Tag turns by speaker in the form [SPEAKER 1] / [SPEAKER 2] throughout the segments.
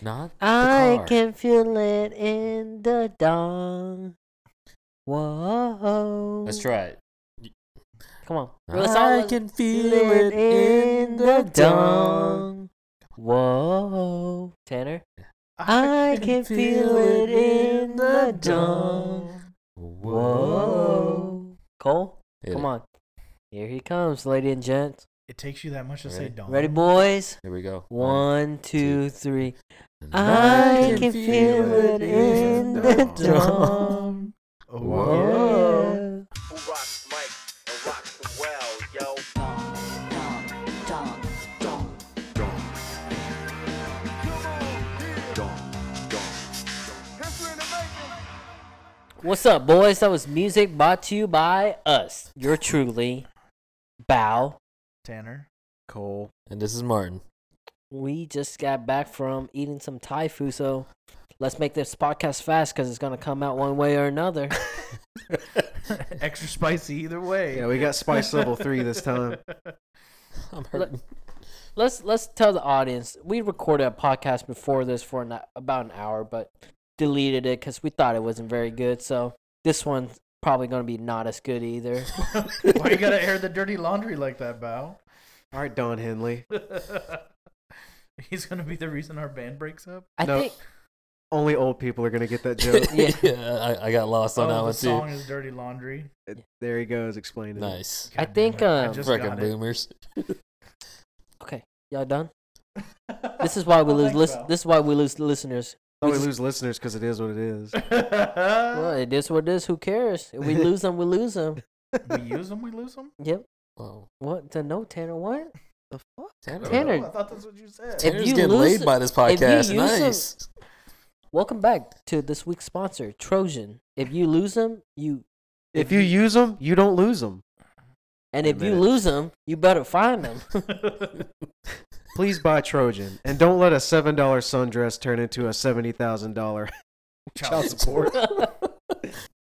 [SPEAKER 1] Not the
[SPEAKER 2] I
[SPEAKER 1] car.
[SPEAKER 2] can feel it in the dawn. Whoa.
[SPEAKER 1] Let's try it.
[SPEAKER 2] Come on.
[SPEAKER 1] Well,
[SPEAKER 3] the song
[SPEAKER 2] I
[SPEAKER 3] was-
[SPEAKER 2] can feel it in the dawn. Whoa. Tanner? I can feel it in the dawn. Whoa. Cole?
[SPEAKER 1] Hit
[SPEAKER 2] Come
[SPEAKER 1] it.
[SPEAKER 2] on. Here he comes, lady and gents.
[SPEAKER 3] It takes you that much to say
[SPEAKER 1] Ready?
[SPEAKER 3] don't.
[SPEAKER 2] Ready, boys?
[SPEAKER 1] Here we go.
[SPEAKER 2] One, two, three.
[SPEAKER 1] And
[SPEAKER 2] I can feel it in the dawn.
[SPEAKER 3] Oh,
[SPEAKER 1] Whoa.
[SPEAKER 2] Yeah. What's up, boys? That was music brought to you by us. You're truly Bow.
[SPEAKER 3] Tanner.
[SPEAKER 1] Cole. And this is Martin.
[SPEAKER 2] We just got back from eating some Thai food, so let's make this podcast fast because it's gonna come out one way or another.
[SPEAKER 3] Extra spicy either way.
[SPEAKER 4] Yeah, we got spice level three this time.
[SPEAKER 1] I'm hurting.
[SPEAKER 2] let's let's tell the audience we recorded a podcast before this for an, about an hour, but deleted it because we thought it wasn't very good. So this one's probably gonna be not as good either.
[SPEAKER 3] Why you gotta air the dirty laundry like that, Bow?
[SPEAKER 4] All right, Don Henley.
[SPEAKER 3] He's gonna be the reason our band breaks up.
[SPEAKER 2] I
[SPEAKER 4] No.
[SPEAKER 2] think
[SPEAKER 4] Only old people are gonna get that joke.
[SPEAKER 2] Yeah.
[SPEAKER 1] I, I got lost on that
[SPEAKER 3] oh, the
[SPEAKER 1] one too.
[SPEAKER 3] song is "Dirty Laundry."
[SPEAKER 4] there he goes explaining. it.
[SPEAKER 1] Nice.
[SPEAKER 2] I
[SPEAKER 3] God damn
[SPEAKER 2] think,
[SPEAKER 3] it, I
[SPEAKER 2] um,
[SPEAKER 3] just
[SPEAKER 1] Freaking
[SPEAKER 3] got it.
[SPEAKER 1] boomers.
[SPEAKER 2] okay, y'all done. This is why we
[SPEAKER 3] Oh,
[SPEAKER 2] lose.
[SPEAKER 3] thanks,
[SPEAKER 2] Lis-
[SPEAKER 3] Bow.
[SPEAKER 2] this is why we lose listeners.
[SPEAKER 4] Oh,
[SPEAKER 2] We
[SPEAKER 4] we
[SPEAKER 2] just-
[SPEAKER 4] lose listeners because it is what it is.
[SPEAKER 2] Well, it is what it is. Who cares? If we lose them, we lose them.
[SPEAKER 3] we use them, we lose them.
[SPEAKER 2] Yep.
[SPEAKER 1] Whoa.
[SPEAKER 2] What? To no, Tanner. What?
[SPEAKER 4] the fuck?
[SPEAKER 1] Tanner.
[SPEAKER 2] Tanner-
[SPEAKER 3] Oh, I thought that's what you said.
[SPEAKER 2] If
[SPEAKER 1] Tanner's
[SPEAKER 2] you
[SPEAKER 1] getting
[SPEAKER 2] lose-
[SPEAKER 1] laid by this
[SPEAKER 2] if you
[SPEAKER 1] podcast.
[SPEAKER 2] use them-
[SPEAKER 1] Nice.
[SPEAKER 2] Welcome back to this week's sponsor, Trojan. If you lose them, you
[SPEAKER 4] If you use them, you don't lose them.
[SPEAKER 2] and
[SPEAKER 4] Wait a
[SPEAKER 2] if you
[SPEAKER 4] minute.
[SPEAKER 2] lose them, you better find them.
[SPEAKER 4] Please buy Trojan and don't let a seven dollar sundress turn into a seventy thousand dollar child support.
[SPEAKER 2] All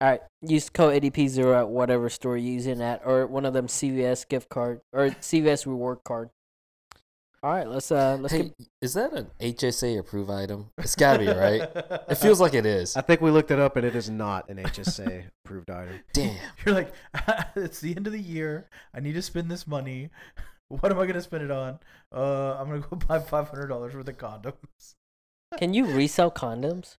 [SPEAKER 2] right, use code ADP0 at whatever store you're using at, or one of them CVS gift card or CVS reward card. All right, let's uh let's
[SPEAKER 1] Hey,
[SPEAKER 2] get
[SPEAKER 1] is that an HSA approved item? It's gotta be, right? It feels like it is.
[SPEAKER 4] I think we looked it up and it is not an HSA approved item.
[SPEAKER 1] Damn.
[SPEAKER 3] You're like, it's the end of the year. I need to spend this money. What am I gonna spend it on? Uh, I'm gonna go buy five hundred dollars worth of condoms.
[SPEAKER 2] can you resell condoms?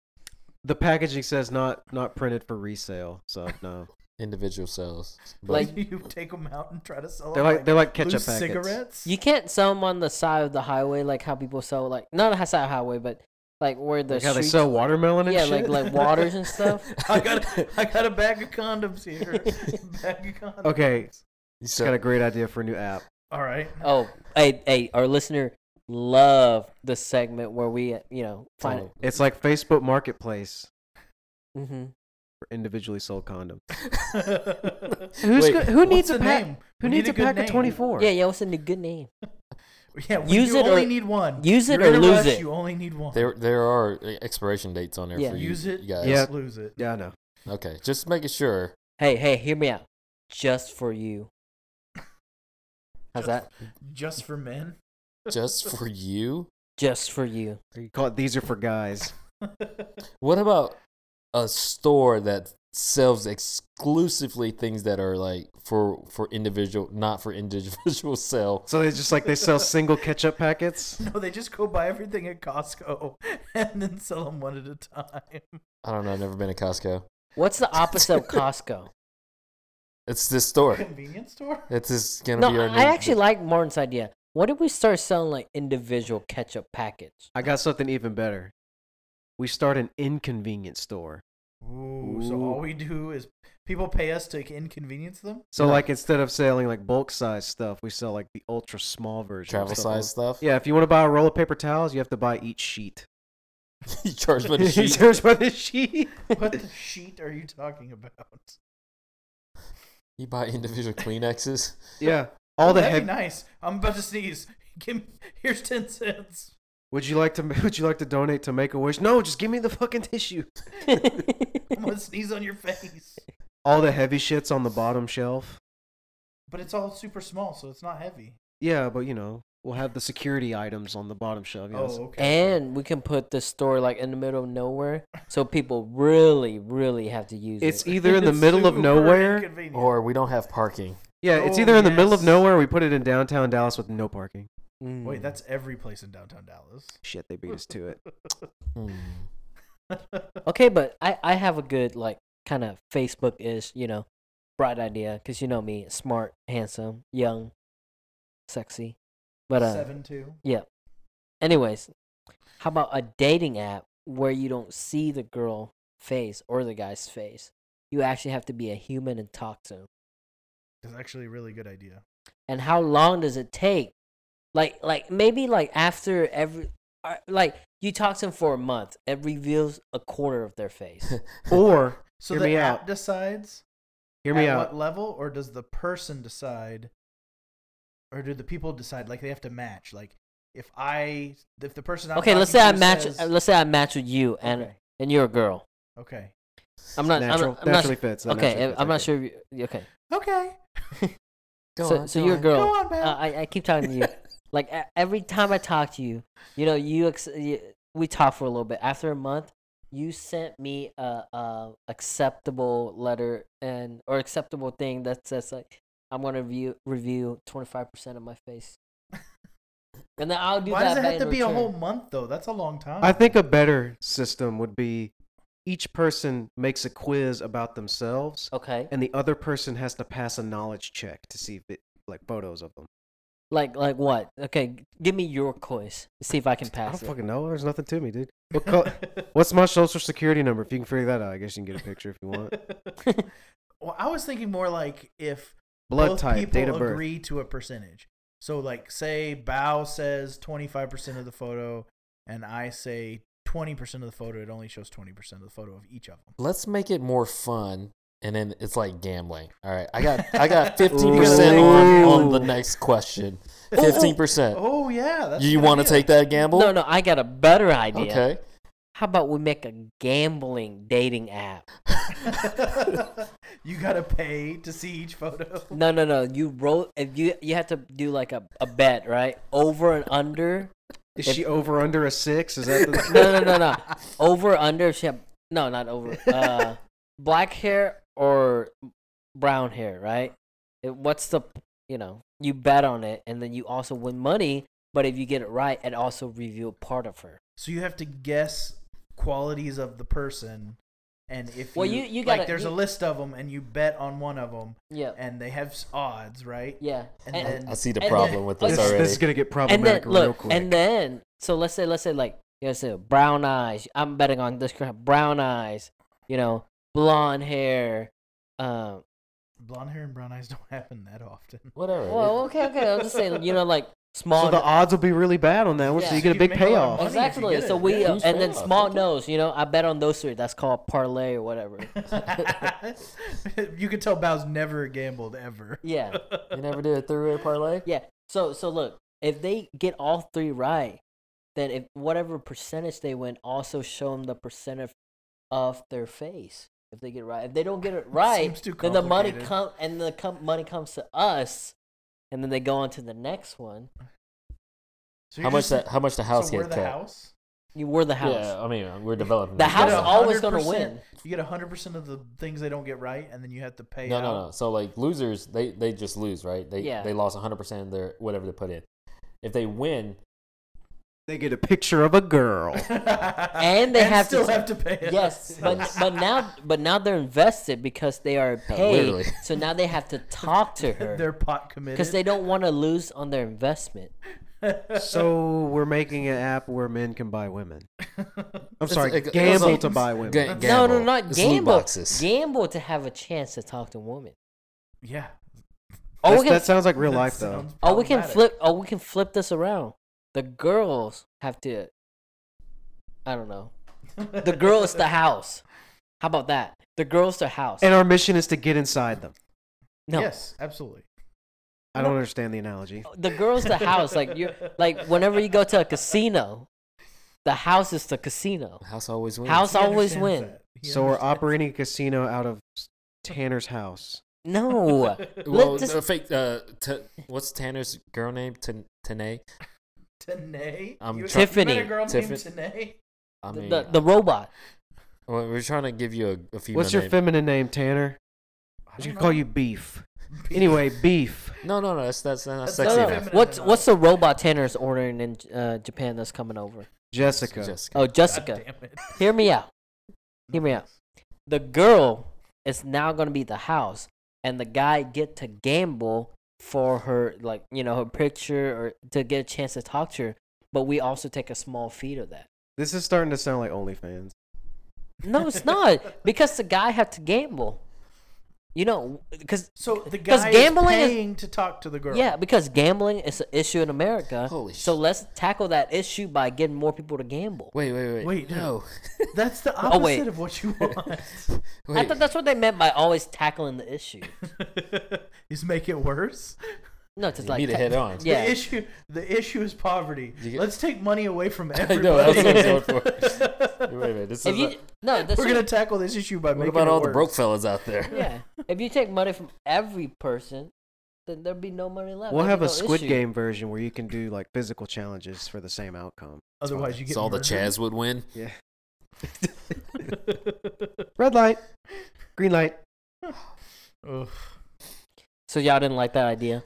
[SPEAKER 4] The packaging says not not printed for resale, so no.
[SPEAKER 1] Individual cells. But
[SPEAKER 2] Like-
[SPEAKER 3] you take them out and try to sell.
[SPEAKER 4] They're
[SPEAKER 3] 'em
[SPEAKER 4] like they're like ketchup
[SPEAKER 3] loose
[SPEAKER 4] packets.
[SPEAKER 3] cigarettes.
[SPEAKER 2] You can't sell them on the side of the highway like how people sell like not the side of the highway, but like where the
[SPEAKER 4] Like how they
[SPEAKER 2] streets-
[SPEAKER 4] sell watermelon and
[SPEAKER 2] yeah, like
[SPEAKER 4] shit.
[SPEAKER 2] like waters and stuff.
[SPEAKER 3] I got I got a bag of condoms here. bag of condoms.
[SPEAKER 4] Okay.
[SPEAKER 1] so,
[SPEAKER 4] Just
[SPEAKER 1] oh,
[SPEAKER 4] got a great idea for a new app.
[SPEAKER 3] All right.
[SPEAKER 2] Oh, hey, hey, our listener love the segment where we, uh, you know, find it.
[SPEAKER 4] It's like Facebook Marketplace
[SPEAKER 2] hmm
[SPEAKER 4] for individually sold condoms.
[SPEAKER 3] Who's
[SPEAKER 1] Wait,
[SPEAKER 4] go- who needs a
[SPEAKER 3] the
[SPEAKER 4] pack?
[SPEAKER 3] name? We
[SPEAKER 4] Who
[SPEAKER 3] need
[SPEAKER 4] needs
[SPEAKER 3] a
[SPEAKER 4] a
[SPEAKER 3] good
[SPEAKER 4] pack
[SPEAKER 3] name.
[SPEAKER 4] of twenty four?
[SPEAKER 2] Yeah, yeah, what's a n- good name?
[SPEAKER 3] Yeah, we
[SPEAKER 2] Use
[SPEAKER 3] you
[SPEAKER 2] it or-
[SPEAKER 3] only need one.
[SPEAKER 2] use it
[SPEAKER 3] You're
[SPEAKER 2] or
[SPEAKER 3] in a
[SPEAKER 2] lose
[SPEAKER 3] rush,
[SPEAKER 2] it.
[SPEAKER 3] You only need one.
[SPEAKER 1] there there are e, expiration dates on there
[SPEAKER 2] Yeah.
[SPEAKER 1] for you.
[SPEAKER 3] use it.
[SPEAKER 1] you guys.
[SPEAKER 4] Yeah.
[SPEAKER 3] Lose it.
[SPEAKER 4] Yeah, I know.
[SPEAKER 1] Okay. Just making sure.
[SPEAKER 2] Hey, hey, hear me out. Just for you. How's that?
[SPEAKER 3] Just for men.
[SPEAKER 1] Just for you.
[SPEAKER 2] Just for you.
[SPEAKER 4] You call it these are for guys.
[SPEAKER 1] What about a store that sells exclusively things that are like for for individual not for individual sale?
[SPEAKER 4] So it's just like they sell single ketchup packets.
[SPEAKER 3] No, they just go buy everything at Costco and then sell them one at a time.
[SPEAKER 1] I don't know, I've never been to Costco.
[SPEAKER 2] What's the opposite of Costco?
[SPEAKER 1] It's this store.
[SPEAKER 3] Convenience store.
[SPEAKER 1] It's this gonna
[SPEAKER 2] No,
[SPEAKER 1] be our
[SPEAKER 2] I
[SPEAKER 1] new-
[SPEAKER 2] actually like Martin's idea. What if we start selling like individual ketchup packets?
[SPEAKER 4] I got something even better. We start an inconvenience store.
[SPEAKER 3] Ooh, so all we do is people pay us to inconvenience them.
[SPEAKER 4] So like instead of selling like bulk size stuff, we sell like the ultra small version. of
[SPEAKER 1] travel
[SPEAKER 4] stuff.
[SPEAKER 1] size stuff.
[SPEAKER 4] Yeah, if you want to buy a roll of paper towels, you have to buy each sheet.
[SPEAKER 1] you charge by the
[SPEAKER 4] You
[SPEAKER 1] sheet.
[SPEAKER 4] charge by the sheet.
[SPEAKER 3] What the sheet are you talking about?
[SPEAKER 1] You buy individual Kleenexes.
[SPEAKER 4] Yeah, all the
[SPEAKER 3] That'd
[SPEAKER 4] heavy.
[SPEAKER 3] be nice. I'm about to sneeze. Give me, here's ten cents.
[SPEAKER 4] Would you like to? Would you like to donate to Make a Wish? No, just give me the fucking tissue.
[SPEAKER 3] I'm gonna sneeze on your face.
[SPEAKER 4] All the heavy shits on the bottom shelf.
[SPEAKER 3] But it's all super small, so it's not heavy.
[SPEAKER 4] Yeah, but you know, We'll have the security items on the bottom shelf. Yes.
[SPEAKER 3] Oh, okay.
[SPEAKER 2] And we can put the store like in the middle of nowhere, so people really, really have to use
[SPEAKER 4] It's
[SPEAKER 2] it.
[SPEAKER 4] either in the middle of
[SPEAKER 3] Super
[SPEAKER 4] nowhere.
[SPEAKER 3] inconvenient.
[SPEAKER 1] Or we don't have parking.
[SPEAKER 4] Yeah, it's
[SPEAKER 3] Oh,
[SPEAKER 4] either in the middle of
[SPEAKER 3] yes.
[SPEAKER 4] nowhere. We put it in downtown Dallas with no parking.
[SPEAKER 2] Mm.
[SPEAKER 4] Hmm.
[SPEAKER 3] Wait, that's every place in downtown Dallas.
[SPEAKER 4] Shit, they beat us to it. Hmm.
[SPEAKER 1] Hmm.
[SPEAKER 2] okay. But I, I have a good like kind of Facebook ish, you know, bright idea because you know me, smart, handsome, young, sexy. But uh,
[SPEAKER 3] Seven two.
[SPEAKER 2] anyways, how about a dating app where you don't see the girl face or the guy's face? You actually have to be a human and talk to him.
[SPEAKER 3] That's actually a really good idea.
[SPEAKER 2] and how long does it take like like maybe like after every uh, like you talk to them for a month it reveals a quarter of their face
[SPEAKER 4] Or
[SPEAKER 3] So
[SPEAKER 4] Hear
[SPEAKER 3] the
[SPEAKER 4] me
[SPEAKER 3] app
[SPEAKER 4] out.
[SPEAKER 3] decides
[SPEAKER 4] hear me
[SPEAKER 3] at
[SPEAKER 4] out.
[SPEAKER 3] what level, or does the person decide, or do the people decide? Like they have to match. Like if I, if the person I'm
[SPEAKER 2] okay let's say
[SPEAKER 3] talking
[SPEAKER 2] i
[SPEAKER 3] to
[SPEAKER 2] match
[SPEAKER 3] says-
[SPEAKER 2] uh, let's say i match with you and
[SPEAKER 3] Okay.
[SPEAKER 2] and you're a girl
[SPEAKER 3] okay,
[SPEAKER 2] i'm not I'm
[SPEAKER 4] Natural,
[SPEAKER 2] not- I'm,
[SPEAKER 4] naturally
[SPEAKER 2] not,
[SPEAKER 4] fits. that
[SPEAKER 2] sure. okay
[SPEAKER 4] naturally
[SPEAKER 2] i'm not
[SPEAKER 4] fits, okay.
[SPEAKER 2] sure if you, okay
[SPEAKER 3] okay,
[SPEAKER 1] Go
[SPEAKER 2] so,
[SPEAKER 1] on,
[SPEAKER 2] so
[SPEAKER 1] go
[SPEAKER 2] you're a
[SPEAKER 1] on.
[SPEAKER 2] girl
[SPEAKER 3] go on, man.
[SPEAKER 2] Uh, I, I keep talking to you like e- every time i talk to you you know you, ex- you we talk for a little bit after a month you sent me a, a acceptable letter and or acceptable thing that says like i'm gonna review review 25% of my face and then i'll do
[SPEAKER 3] Why
[SPEAKER 2] that
[SPEAKER 3] does it
[SPEAKER 2] back
[SPEAKER 3] have to
[SPEAKER 2] in
[SPEAKER 3] be a
[SPEAKER 2] return.
[SPEAKER 3] whole month though? That's a long time.
[SPEAKER 4] I think a better system would be each person makes a quiz about themselves,
[SPEAKER 2] okay
[SPEAKER 4] and the other person has to pass a knowledge check to see if it, like photos of them.
[SPEAKER 2] like like what okay g- give me your quiz see if i can
[SPEAKER 4] I
[SPEAKER 2] pass
[SPEAKER 4] don't
[SPEAKER 2] it.
[SPEAKER 4] fucking know. There's nothing to me, dude. What col- what's my social security number? If you can figure that out, I guess you can get a picture if you want.
[SPEAKER 3] well, I was thinking more like if
[SPEAKER 4] Blood
[SPEAKER 3] both
[SPEAKER 4] type,
[SPEAKER 3] people
[SPEAKER 4] date of birth.
[SPEAKER 3] agree to a percentage. So like say Bao says 25% of the photo and I say 20% of the photo, it only shows 20% of the photo of each of them.
[SPEAKER 1] Let's make it more fun. And then it's like gambling. All right, I got I got fifteen percent on, on the
[SPEAKER 4] Ooh.
[SPEAKER 1] next question.
[SPEAKER 3] Oh, oh,
[SPEAKER 1] Fifteen percent.
[SPEAKER 3] Oh yeah, that's a
[SPEAKER 1] You
[SPEAKER 3] good
[SPEAKER 1] want to
[SPEAKER 3] idea.
[SPEAKER 1] take that gamble?
[SPEAKER 2] no no i got a better idea
[SPEAKER 1] Okay.
[SPEAKER 2] how about we make a gambling dating app
[SPEAKER 3] you got to pay to see each photo.
[SPEAKER 2] No, no, no. You roll if you you have to do like a, a bet, right? Over and under.
[SPEAKER 4] Is
[SPEAKER 2] If-
[SPEAKER 4] she over under a six? Is that the
[SPEAKER 2] No, no, no, no. Over under. If she have, no, not over. Uh, black hair or brown hair, right? It- what's the you know you bet on it, and then you also win money. But if you get it right, it also reveal part of her.
[SPEAKER 3] So you have to guess qualities of the person and if
[SPEAKER 2] Well,
[SPEAKER 3] you,
[SPEAKER 2] you- you
[SPEAKER 3] like
[SPEAKER 2] gotta-
[SPEAKER 3] there's
[SPEAKER 2] you-
[SPEAKER 3] a list of them and you bet on one of them
[SPEAKER 2] Yeah,
[SPEAKER 3] and they have s- odds, right?
[SPEAKER 2] yeah.
[SPEAKER 3] And
[SPEAKER 1] I-
[SPEAKER 2] And-
[SPEAKER 3] then-
[SPEAKER 1] I see the
[SPEAKER 2] and then-
[SPEAKER 1] problem with this
[SPEAKER 4] this,
[SPEAKER 2] Let's-
[SPEAKER 1] already.
[SPEAKER 4] this is gonna get
[SPEAKER 2] and then
[SPEAKER 4] problematic real
[SPEAKER 2] look,
[SPEAKER 4] quick.
[SPEAKER 2] and then so let's say let's say like you know, say brown eyes. I'm betting on this girl. Brown eyes, you know, blonde hair. Um,
[SPEAKER 3] Blonde hair and brown eyes don't happen that often.
[SPEAKER 1] Whatever.
[SPEAKER 2] well, okay, okay. I'm just saying, you know, like small.
[SPEAKER 4] so the odds will be really bad on that one.
[SPEAKER 2] Yeah.
[SPEAKER 4] So you
[SPEAKER 2] So
[SPEAKER 4] get a
[SPEAKER 3] you
[SPEAKER 4] big
[SPEAKER 3] make a lot of
[SPEAKER 4] payoff.
[SPEAKER 3] money. if you
[SPEAKER 2] exactly.
[SPEAKER 3] get
[SPEAKER 2] So
[SPEAKER 3] it,
[SPEAKER 2] we
[SPEAKER 1] yeah.
[SPEAKER 2] uh, and then
[SPEAKER 1] Yeah.
[SPEAKER 2] small nose. You know, I bet on those three. That's called parlay or whatever.
[SPEAKER 3] you could tell Bow's never gambled ever.
[SPEAKER 2] Yeah,
[SPEAKER 1] you never did a three-way parlay.
[SPEAKER 2] yeah. So so look, if they get all three right, then if whatever percentage they win, also show them the percentage of their face. If they get it right, if they don't get it right,
[SPEAKER 3] Seems too
[SPEAKER 2] then the money
[SPEAKER 3] complicated.
[SPEAKER 2] come and the com- money comes to us, and then they go on to the next one.
[SPEAKER 3] So
[SPEAKER 1] How
[SPEAKER 3] you're
[SPEAKER 1] much
[SPEAKER 3] just-
[SPEAKER 1] that? How much the house
[SPEAKER 3] so we're
[SPEAKER 1] get
[SPEAKER 3] the
[SPEAKER 1] cut?
[SPEAKER 3] house.
[SPEAKER 2] You were the house.
[SPEAKER 1] Yeah, I mean we're developing.
[SPEAKER 2] The
[SPEAKER 1] this
[SPEAKER 2] house
[SPEAKER 1] now.
[SPEAKER 3] Yeah.
[SPEAKER 2] always gonna
[SPEAKER 3] 100%.
[SPEAKER 2] win.
[SPEAKER 3] You get hundred percent of the things they don't get right, and then you have to pay.
[SPEAKER 1] No,
[SPEAKER 3] out.
[SPEAKER 1] no, no. So like losers, they they just lose, right? They
[SPEAKER 2] Yeah.
[SPEAKER 1] they lost 100 percent of their whatever they put in. If they win,
[SPEAKER 4] They get a picture of a girl.
[SPEAKER 2] And they have to
[SPEAKER 3] still
[SPEAKER 2] ta-
[SPEAKER 3] have to pay. it.
[SPEAKER 2] Yes, but but now but now they're invested because they are
[SPEAKER 1] Uh, Literally.
[SPEAKER 2] paid. So now they have to talk to her
[SPEAKER 3] they're pot committed.
[SPEAKER 2] because they don't want to lose on their investment.
[SPEAKER 4] so we're making an app where men can buy women. I'm
[SPEAKER 1] It's
[SPEAKER 4] sorry,
[SPEAKER 1] like- it's
[SPEAKER 4] gamble
[SPEAKER 1] like-
[SPEAKER 4] to buy women.
[SPEAKER 1] ga- gamble.
[SPEAKER 2] No, no, not
[SPEAKER 1] It's loot
[SPEAKER 2] gamble.
[SPEAKER 1] boxes.
[SPEAKER 2] Gamble to have a chance to talk to women.
[SPEAKER 3] yeah.
[SPEAKER 2] Oh,
[SPEAKER 4] That's-
[SPEAKER 2] we can,
[SPEAKER 4] that sounds like real
[SPEAKER 3] That
[SPEAKER 4] life though.
[SPEAKER 3] sounds
[SPEAKER 2] oh, we can
[SPEAKER 3] problematic.
[SPEAKER 2] flip. Oh, we can flip this around. The girls have to. I don't know. The girl is the house. How about that? The girl's the house.
[SPEAKER 4] And our mission is to get inside them.
[SPEAKER 2] no,
[SPEAKER 3] Yes, absolutely.
[SPEAKER 4] I don't understand the analogy.
[SPEAKER 2] the girl's the house. Like you're like whenever you go to a casino, the house is the casino.
[SPEAKER 1] the house always wins.
[SPEAKER 2] House
[SPEAKER 3] He
[SPEAKER 2] always
[SPEAKER 3] understands
[SPEAKER 2] win.
[SPEAKER 3] that. He
[SPEAKER 4] So we're
[SPEAKER 3] understands-
[SPEAKER 4] operating a casino out of Tanner's house.
[SPEAKER 2] No.
[SPEAKER 1] Well,
[SPEAKER 2] Let us-
[SPEAKER 1] uh, fake. Uh, t- what's Tanner's girl name? T- Tanae.
[SPEAKER 3] Tanae?
[SPEAKER 1] I'm
[SPEAKER 3] You-
[SPEAKER 1] try-
[SPEAKER 3] you met
[SPEAKER 2] Tiffany.
[SPEAKER 3] A girl named
[SPEAKER 1] Tiffin-
[SPEAKER 3] Tanae?
[SPEAKER 1] I
[SPEAKER 2] the,
[SPEAKER 1] mean, uh,
[SPEAKER 2] the, the robot.
[SPEAKER 1] well, we're trying to give you a, a female
[SPEAKER 4] What's your
[SPEAKER 1] name.
[SPEAKER 4] feminine name, Tanner?
[SPEAKER 3] I
[SPEAKER 4] I should
[SPEAKER 3] don't
[SPEAKER 4] call
[SPEAKER 3] know.
[SPEAKER 4] you Beef. Anyway, Beef.
[SPEAKER 1] no, no, no. That's that's not
[SPEAKER 3] That's
[SPEAKER 1] sexy
[SPEAKER 2] no,
[SPEAKER 1] enough.
[SPEAKER 2] no.
[SPEAKER 3] enough.
[SPEAKER 2] What's what's the robot Tanner's ordering in uh, Japan that's coming over?
[SPEAKER 4] Jessica.
[SPEAKER 1] Jessica.
[SPEAKER 2] Oh,
[SPEAKER 3] God
[SPEAKER 2] Jessica.
[SPEAKER 3] damn it.
[SPEAKER 2] Hear me out. Hear me out. The girl is now going to be the house, and the guy get to gamble for her, like you know, her picture or to get a chance to talk to her. But we also take a small fee of that.
[SPEAKER 4] This is starting to sound like OnlyFans.
[SPEAKER 2] No, it's not because the guy had to gamble. You know, because
[SPEAKER 3] So the
[SPEAKER 2] 'Cause
[SPEAKER 3] guy
[SPEAKER 2] gambling is-
[SPEAKER 3] is paying to talk to the girl.
[SPEAKER 2] yeah, because gambling is an issue in America.
[SPEAKER 1] Holy
[SPEAKER 2] so
[SPEAKER 1] shit.
[SPEAKER 2] let's tackle that issue by getting more people to gamble.
[SPEAKER 1] Wait, wait, wait.
[SPEAKER 3] Oh, Wait,
[SPEAKER 1] no.
[SPEAKER 3] That's the
[SPEAKER 2] Oh,
[SPEAKER 3] opposite
[SPEAKER 2] wait.
[SPEAKER 3] of what you want.
[SPEAKER 2] I
[SPEAKER 1] Wait.
[SPEAKER 2] thought that's what they meant by always tackling the issue.
[SPEAKER 3] is make it worse.
[SPEAKER 2] No, just
[SPEAKER 1] You
[SPEAKER 2] like
[SPEAKER 1] meet it
[SPEAKER 2] ta-
[SPEAKER 1] head on.
[SPEAKER 2] Yeah,
[SPEAKER 3] The issue the issue is poverty.
[SPEAKER 1] You get-
[SPEAKER 3] Let's take money away from
[SPEAKER 1] I
[SPEAKER 3] everybody.
[SPEAKER 1] know that's what I was going for. wait a minute. This
[SPEAKER 2] If
[SPEAKER 1] is
[SPEAKER 2] you
[SPEAKER 1] a-
[SPEAKER 2] no, that's
[SPEAKER 3] We're gonna tackle this issue by
[SPEAKER 1] what
[SPEAKER 3] making
[SPEAKER 1] about
[SPEAKER 3] it
[SPEAKER 1] all
[SPEAKER 3] worse.
[SPEAKER 1] the broke fellas out there?
[SPEAKER 2] yeah. If you take money from every person, then there'd be no money left.
[SPEAKER 4] We'll
[SPEAKER 2] There'd
[SPEAKER 4] have
[SPEAKER 2] be
[SPEAKER 4] a
[SPEAKER 2] no
[SPEAKER 4] Squid
[SPEAKER 2] issue.
[SPEAKER 4] Game version where you can do like physical challenges for the same outcome.
[SPEAKER 3] Otherwise, you get
[SPEAKER 1] It's all the
[SPEAKER 3] murdered.
[SPEAKER 1] Chaz would win.
[SPEAKER 4] Yeah. Red light, green light.
[SPEAKER 3] Ugh.
[SPEAKER 2] So y'all didn't like that idea.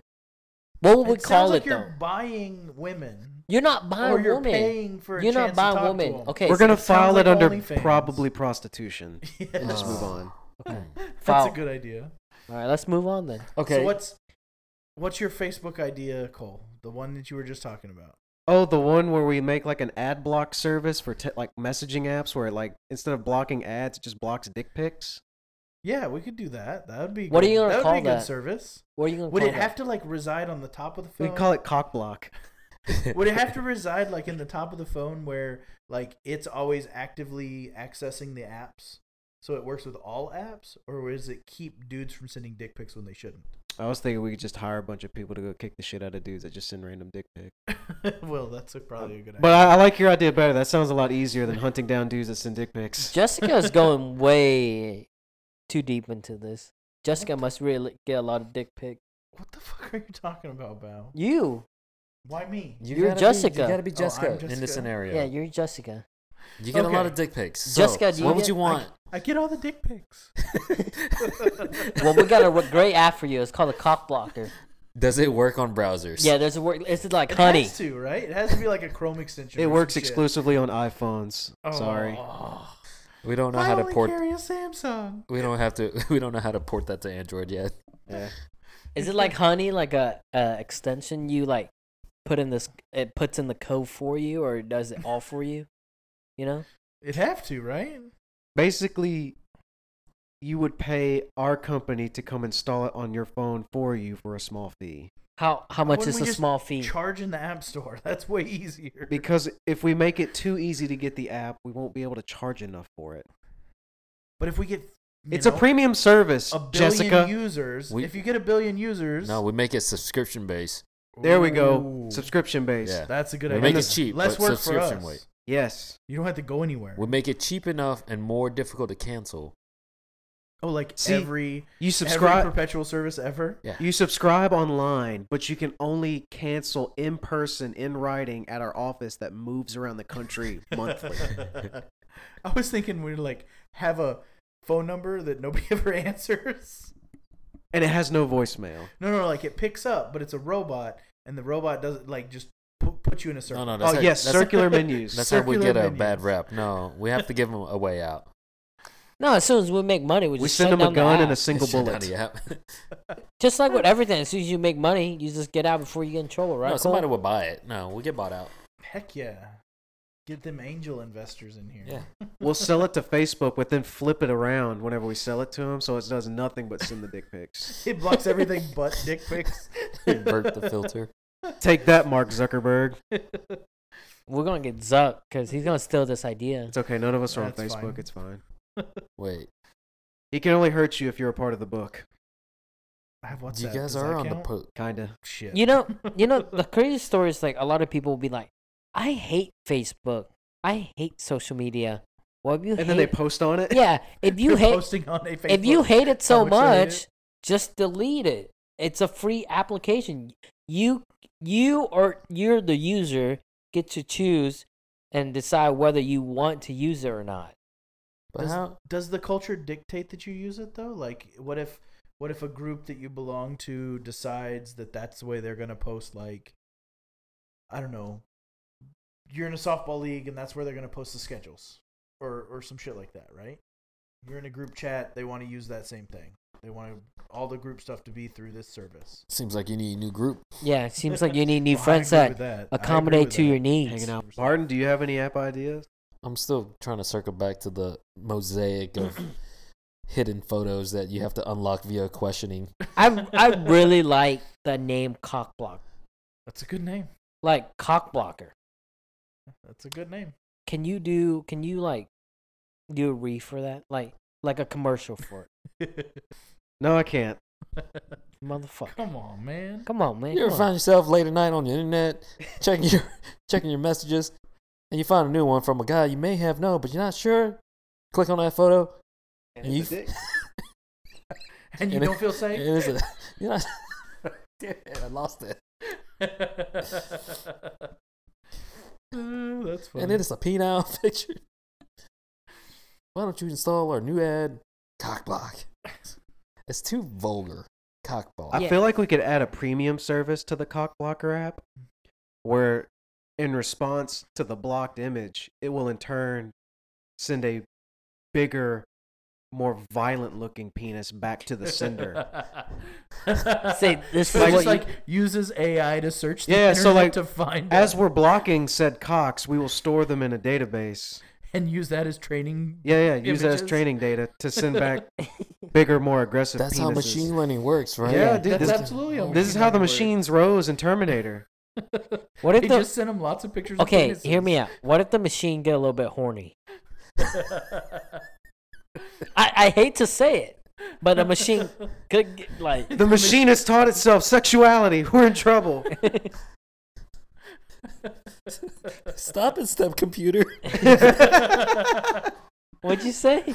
[SPEAKER 2] What would we
[SPEAKER 3] it
[SPEAKER 2] call
[SPEAKER 3] sounds like
[SPEAKER 2] it
[SPEAKER 3] you're
[SPEAKER 2] though?
[SPEAKER 3] buying women,
[SPEAKER 2] You're not
[SPEAKER 3] or
[SPEAKER 2] buying
[SPEAKER 3] you're
[SPEAKER 2] women.
[SPEAKER 3] paying for a
[SPEAKER 2] you're
[SPEAKER 3] chance
[SPEAKER 2] not
[SPEAKER 3] to
[SPEAKER 2] buying
[SPEAKER 3] talk to
[SPEAKER 2] women.
[SPEAKER 3] 'em.
[SPEAKER 2] Okay,
[SPEAKER 4] We're
[SPEAKER 2] so
[SPEAKER 4] gonna
[SPEAKER 3] sounds
[SPEAKER 4] file
[SPEAKER 3] like
[SPEAKER 4] it under
[SPEAKER 3] OnlyFans.
[SPEAKER 4] probably prostitution and just move
[SPEAKER 1] Uh,
[SPEAKER 4] on.
[SPEAKER 2] okay.
[SPEAKER 3] That's
[SPEAKER 2] File-
[SPEAKER 3] a good idea.
[SPEAKER 2] All right, let's move on then.
[SPEAKER 1] Okay.
[SPEAKER 3] So what's what's your Facebook idea, Cole? The one that you were just talking about.
[SPEAKER 4] Oh, the one where we make like an ad block service for te- like messaging apps, where it like instead of blocking ads, it just blocks dick pics.
[SPEAKER 3] Yeah, we could do that. That would be.
[SPEAKER 2] What are
[SPEAKER 3] good.
[SPEAKER 2] you gonna
[SPEAKER 3] that
[SPEAKER 2] call
[SPEAKER 3] would be a good
[SPEAKER 2] that?
[SPEAKER 3] service.
[SPEAKER 2] What are you gonna
[SPEAKER 3] Would
[SPEAKER 2] call
[SPEAKER 3] it have to like reside on the top of the phone?
[SPEAKER 4] We can call it cock block.
[SPEAKER 3] Would it have to reside like in the top of the phone where like it's always actively accessing the apps? So it works with all apps, or does it keep dudes from sending dick pics when they shouldn't?
[SPEAKER 4] I was thinking we could just hire a bunch of people to go kick the shit out of dudes that just send random dick pics.
[SPEAKER 3] well, that's a, probably a good idea.
[SPEAKER 4] But I, I like your idea better. That sounds a lot easier than hunting down dudes that send dick pics.
[SPEAKER 2] Jessica's going way too deep into this. Jessica must really get a lot of dick pic.
[SPEAKER 3] what the fuck are you talking about, Bao?
[SPEAKER 2] You,
[SPEAKER 3] Why me?
[SPEAKER 1] You
[SPEAKER 2] You're
[SPEAKER 1] gotta Be,
[SPEAKER 2] Jessica.
[SPEAKER 1] you gotta be
[SPEAKER 3] Oh, I'm
[SPEAKER 1] Jessica, in
[SPEAKER 3] Jessica.
[SPEAKER 1] this scenario.
[SPEAKER 2] yeah, you're Jessica.
[SPEAKER 1] you get a lot
[SPEAKER 3] Okay.
[SPEAKER 1] of dick pics. So,
[SPEAKER 2] Jessica, do you
[SPEAKER 1] what would
[SPEAKER 2] get-
[SPEAKER 1] you want?
[SPEAKER 3] I get all the dick pics.
[SPEAKER 2] Well, we got a re- great app for you. It's called a cock blocker.
[SPEAKER 1] Does it work on browsers?
[SPEAKER 2] Yeah, there's a word. It's like
[SPEAKER 3] It
[SPEAKER 2] honey.
[SPEAKER 3] has to, right? It has to be like a Chrome extension.
[SPEAKER 4] It
[SPEAKER 3] or
[SPEAKER 4] works
[SPEAKER 3] some shit.
[SPEAKER 4] exclusively on iPhones. Sorry.
[SPEAKER 3] Oh.
[SPEAKER 1] We don't know
[SPEAKER 3] I
[SPEAKER 1] how to
[SPEAKER 3] only
[SPEAKER 1] port.
[SPEAKER 3] carry a Samsung.
[SPEAKER 1] We don't have to. We don't know how to port that to Android yet.
[SPEAKER 4] Yeah.
[SPEAKER 2] Is it like honey, like a, a extension you like put in this? It puts in the code for you, or it does it all for you? You know,
[SPEAKER 3] It have to, right?
[SPEAKER 4] Basically, you would pay our company to come install it on your phone for you for a small fee.
[SPEAKER 2] how how much
[SPEAKER 3] Wouldn't
[SPEAKER 2] is
[SPEAKER 3] we
[SPEAKER 2] a
[SPEAKER 3] just
[SPEAKER 2] small fee?
[SPEAKER 3] Charge in the App Store. That's way easier.
[SPEAKER 4] Because if we make it too easy to get the app, we won't be able to charge enough for it.
[SPEAKER 3] But if we get, you
[SPEAKER 4] It's
[SPEAKER 3] know,
[SPEAKER 4] a premium service,
[SPEAKER 3] a billion
[SPEAKER 4] Jessica.
[SPEAKER 3] users.
[SPEAKER 1] We-
[SPEAKER 3] if you get a billion users,
[SPEAKER 1] No, we make it subscription based.
[SPEAKER 4] there we go.
[SPEAKER 3] Ooh.
[SPEAKER 4] Subscription based.
[SPEAKER 1] Yeah.
[SPEAKER 3] That's a good
[SPEAKER 1] We
[SPEAKER 3] idea.
[SPEAKER 1] make
[SPEAKER 4] it
[SPEAKER 1] cheap,
[SPEAKER 3] Less
[SPEAKER 1] but
[SPEAKER 3] work for
[SPEAKER 1] subscription
[SPEAKER 3] us.
[SPEAKER 1] weight.
[SPEAKER 4] Yes.
[SPEAKER 3] You don't have to go anywhere.
[SPEAKER 1] We make it cheap enough and more difficult to cancel.
[SPEAKER 3] Oh, like
[SPEAKER 4] See,
[SPEAKER 3] every
[SPEAKER 4] You
[SPEAKER 3] every
[SPEAKER 4] subscribe.
[SPEAKER 3] perpetual service ever.
[SPEAKER 1] Yeah.
[SPEAKER 4] You subscribe online, but you can only cancel in person in writing at our office that moves around the country monthly.
[SPEAKER 3] I was thinking we'd like have a phone number that nobody ever answers.
[SPEAKER 4] And it has no voicemail.
[SPEAKER 3] No, no, like it picks up, but it's a robot, and the robot doesn't like just pu- put you in a
[SPEAKER 1] No,
[SPEAKER 3] circle.
[SPEAKER 1] no, that's
[SPEAKER 4] Oh,
[SPEAKER 1] how,
[SPEAKER 4] yes,
[SPEAKER 1] that's,
[SPEAKER 4] circular menus.
[SPEAKER 1] that's how we
[SPEAKER 3] circular
[SPEAKER 1] get uh, a bad
[SPEAKER 3] menus.
[SPEAKER 1] rep. No, we have to give them a way out.
[SPEAKER 2] No, as soon as we make money, we,
[SPEAKER 4] We,
[SPEAKER 2] just
[SPEAKER 4] send
[SPEAKER 2] shut
[SPEAKER 4] them a
[SPEAKER 2] down the
[SPEAKER 4] gun and a
[SPEAKER 2] app.
[SPEAKER 4] single
[SPEAKER 1] Shut down
[SPEAKER 4] bullet.
[SPEAKER 1] the app.
[SPEAKER 2] Just like with everything, as soon as you make money, you just get out before you get in trouble, right?
[SPEAKER 1] no,
[SPEAKER 2] Cole?
[SPEAKER 1] somebody will buy it. No, we get bought out.
[SPEAKER 3] Heck yeah, get them angel investors in here.
[SPEAKER 1] Yeah.
[SPEAKER 4] We'll sell it to Facebook, but then flip it around whenever we sell it to them, so it does nothing but send the dick pics.
[SPEAKER 3] It blocks everything but dick pics.
[SPEAKER 1] Invert the filter.
[SPEAKER 4] Take that, Mark Zuckerberg.
[SPEAKER 2] We're gonna get Zuck because he's gonna steal this idea.
[SPEAKER 4] It's okay. None of us are on
[SPEAKER 3] That's
[SPEAKER 4] Facebook.
[SPEAKER 3] fine.
[SPEAKER 4] It's fine.
[SPEAKER 1] Wait,
[SPEAKER 4] He can only hurt you if you're a part of the book.
[SPEAKER 3] I have WhatsApp.
[SPEAKER 1] you guys
[SPEAKER 3] Does
[SPEAKER 1] are
[SPEAKER 3] that
[SPEAKER 1] on the
[SPEAKER 3] count?
[SPEAKER 1] po-
[SPEAKER 4] Kinda.
[SPEAKER 3] Shit.
[SPEAKER 2] You know, you know, the crazy story is like a lot of people will be like, "I hate Facebook. I hate social media." Well, if you
[SPEAKER 4] And
[SPEAKER 2] hate,
[SPEAKER 4] then they post on it.
[SPEAKER 2] yeah, if you
[SPEAKER 3] You're
[SPEAKER 2] hate,
[SPEAKER 3] posting on a Facebook.
[SPEAKER 2] if you hate it so
[SPEAKER 3] much they hate
[SPEAKER 2] much,
[SPEAKER 3] it.
[SPEAKER 2] Just delete it. It's a free application. You you or you're the user get to choose and decide whether you want to use it or not.
[SPEAKER 1] But
[SPEAKER 3] does,
[SPEAKER 1] how?
[SPEAKER 3] does the culture dictate that you use it though? Like, what if what if a group that you belong to decides that that's the way they're gonna post? Like, I don't know, you're in a softball league and that's where they're gonna post the schedules or or some shit like that, right? You're in a group chat. They want to use that same thing. They want all the group stuff to be through this service.
[SPEAKER 1] Seems like you need a new group.
[SPEAKER 2] Yeah, it seems like you need new
[SPEAKER 3] Well, I
[SPEAKER 2] friends
[SPEAKER 3] agree with
[SPEAKER 2] that,
[SPEAKER 3] that. I agree
[SPEAKER 2] accommodate
[SPEAKER 3] with
[SPEAKER 2] to
[SPEAKER 3] that.
[SPEAKER 2] your needs.
[SPEAKER 4] Hanging out. Barton, do you have any app ideas?
[SPEAKER 1] I'm still trying to circle back to the mosaic of hidden photos that you have to unlock via questioning.
[SPEAKER 2] I I really like the name Cockblock.
[SPEAKER 3] That's a good name.
[SPEAKER 2] Like Cockblocker.
[SPEAKER 3] That's a good name.
[SPEAKER 2] Can you do can you like do a reef for that? Like like a commercial for it.
[SPEAKER 4] No, I can't.
[SPEAKER 2] Motherfucker.
[SPEAKER 3] Come on, man.
[SPEAKER 2] Come on, man.
[SPEAKER 1] You ever
[SPEAKER 2] come on.
[SPEAKER 1] find yourself late at night on the internet checking your checking your messages, and you find a new one from a guy you may have known, but you're not sure. Click on that photo,
[SPEAKER 4] And
[SPEAKER 1] You
[SPEAKER 4] it's a dick.
[SPEAKER 3] And
[SPEAKER 1] And
[SPEAKER 3] you
[SPEAKER 1] it-
[SPEAKER 3] don't feel
[SPEAKER 1] and
[SPEAKER 3] safe.
[SPEAKER 1] it's a, you're not. Damn it, I lost it.
[SPEAKER 3] Uh, That's funny.
[SPEAKER 1] And then it's a penile picture. Why don't you install our new ad, Cockblock? It's too vulgar. Cockblock.
[SPEAKER 4] I
[SPEAKER 2] Yeah.
[SPEAKER 4] feel like we could add a premium service to the cock blocker app where in response to the blocked image, it will in turn send a bigger, more violent looking penis back to the sender.
[SPEAKER 2] Say, this is
[SPEAKER 3] so it just
[SPEAKER 2] what you-
[SPEAKER 3] like uses AI to search the
[SPEAKER 4] Yeah,
[SPEAKER 3] internet
[SPEAKER 4] so, like,
[SPEAKER 3] to find
[SPEAKER 4] As
[SPEAKER 3] us
[SPEAKER 4] we're blocking said cocks, we will store them in a database.
[SPEAKER 3] and use that as training.
[SPEAKER 4] Yeah, yeah, use that as
[SPEAKER 3] Images.
[SPEAKER 4] training data to send back bigger, more aggressive
[SPEAKER 1] That's
[SPEAKER 4] penises.
[SPEAKER 1] how machine learning works, right?
[SPEAKER 4] Yeah, dude,
[SPEAKER 3] That's
[SPEAKER 4] this-
[SPEAKER 3] absolutely how
[SPEAKER 4] This is
[SPEAKER 3] machine
[SPEAKER 4] how the
[SPEAKER 3] learning works.
[SPEAKER 4] machines rose in Terminator.
[SPEAKER 2] What if
[SPEAKER 3] They
[SPEAKER 2] the
[SPEAKER 3] just sent him lots of pictures.
[SPEAKER 2] Okay,
[SPEAKER 3] of
[SPEAKER 2] hear me out. What if the machine get a little bit horny? I, I hate to say it, but a machine could get, like
[SPEAKER 4] The machine has taught itself sexuality. We're in trouble.
[SPEAKER 1] Stop it, step computer.
[SPEAKER 2] what'd you say?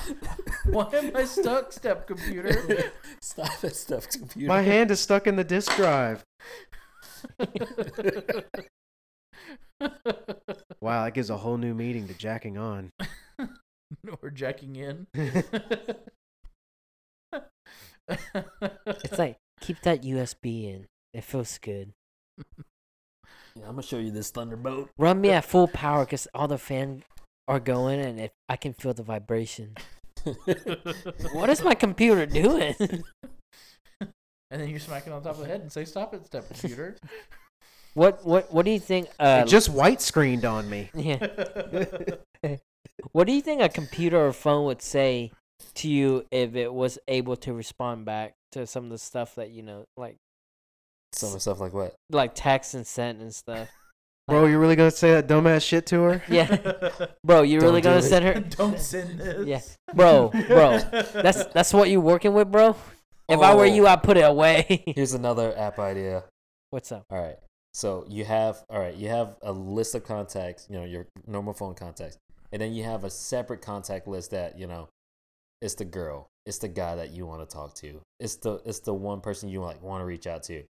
[SPEAKER 3] Why am I stuck, step computer?
[SPEAKER 1] Stop it, step computer.
[SPEAKER 4] My hand is stuck in the disk drive. Wow, that gives a whole new meaning to jacking on.
[SPEAKER 3] or jacking in.
[SPEAKER 2] It's like keep that USB in. It feels good.
[SPEAKER 1] Yeah, I'm gonna show you this thunderbolt.
[SPEAKER 2] Run me at full power because all the fan are going and it, I can feel the vibration. What is my computer doing?
[SPEAKER 3] and then you smack it on top of the head and say, "Stop it, step computer."
[SPEAKER 2] what what what do you think? Uh,
[SPEAKER 4] it just white screened on me.
[SPEAKER 2] yeah. What do you think a computer or phone would say to you if it was able to respond back to some of the stuff that you know, like
[SPEAKER 1] Some of stuff like what?
[SPEAKER 2] like text and sent and stuff?
[SPEAKER 4] Bro, you really gonna say that dumbass shit to her?
[SPEAKER 2] Yeah, bro, you really
[SPEAKER 1] Don't
[SPEAKER 2] gonna
[SPEAKER 1] do it.
[SPEAKER 2] send her?
[SPEAKER 3] Don't send this.
[SPEAKER 2] Yeah, bro, bro, that's that's what you working with, bro. If I were
[SPEAKER 1] Oh.
[SPEAKER 2] you, I'd put it away.
[SPEAKER 1] Here's another app idea.
[SPEAKER 2] What's up?
[SPEAKER 1] All right. So you have all right, you have a list of contacts, you know, your normal phone contacts. And then you have a separate contact list that, you know, it's the girl, it's the guy that you want to talk to. It's the it's the one person you like want to reach out to.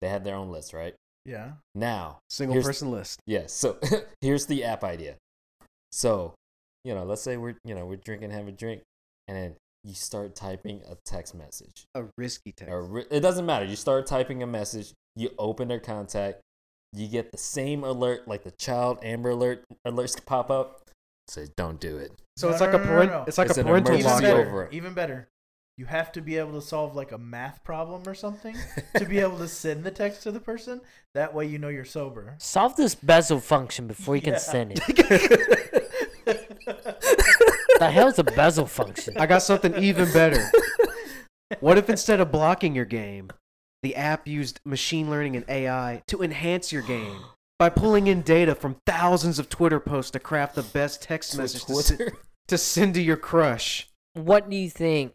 [SPEAKER 1] They have their own list, right?
[SPEAKER 3] yeah.
[SPEAKER 1] Now,
[SPEAKER 4] Single
[SPEAKER 1] Here's-
[SPEAKER 4] person list.
[SPEAKER 1] yeah, so here's the app idea. So, you know, let's say we're, you know, we're drinking, have a drink, and then you start typing a text message.
[SPEAKER 4] A risky text.
[SPEAKER 1] Or re- it doesn't matter. You start typing a message, you open their contact, you get the same alert, like the child Amber Alert alerts pop up. Say, don't do it.
[SPEAKER 4] so
[SPEAKER 3] No,
[SPEAKER 4] it's
[SPEAKER 3] no,
[SPEAKER 4] like a
[SPEAKER 3] no, no,
[SPEAKER 4] parent.
[SPEAKER 3] no.
[SPEAKER 4] It's like
[SPEAKER 1] It's
[SPEAKER 4] a
[SPEAKER 1] an
[SPEAKER 4] parental
[SPEAKER 1] emergency
[SPEAKER 3] Even
[SPEAKER 1] Lock it
[SPEAKER 4] lockout.
[SPEAKER 1] over.
[SPEAKER 3] better. Even better. You have to be able to solve like a math problem or something to be able to send the text to the person. That way, you know you're sober.
[SPEAKER 2] Solve this bezel function before you can
[SPEAKER 3] Yeah.
[SPEAKER 2] send it. the hell's a bezel function?
[SPEAKER 4] I got something even better. What if instead of blocking your game, the app used machine learning and AI to enhance your game by pulling in data from thousands of Twitter posts to craft the best text message to, sen-
[SPEAKER 1] Twitter.
[SPEAKER 4] to send to your crush?
[SPEAKER 2] What do you think?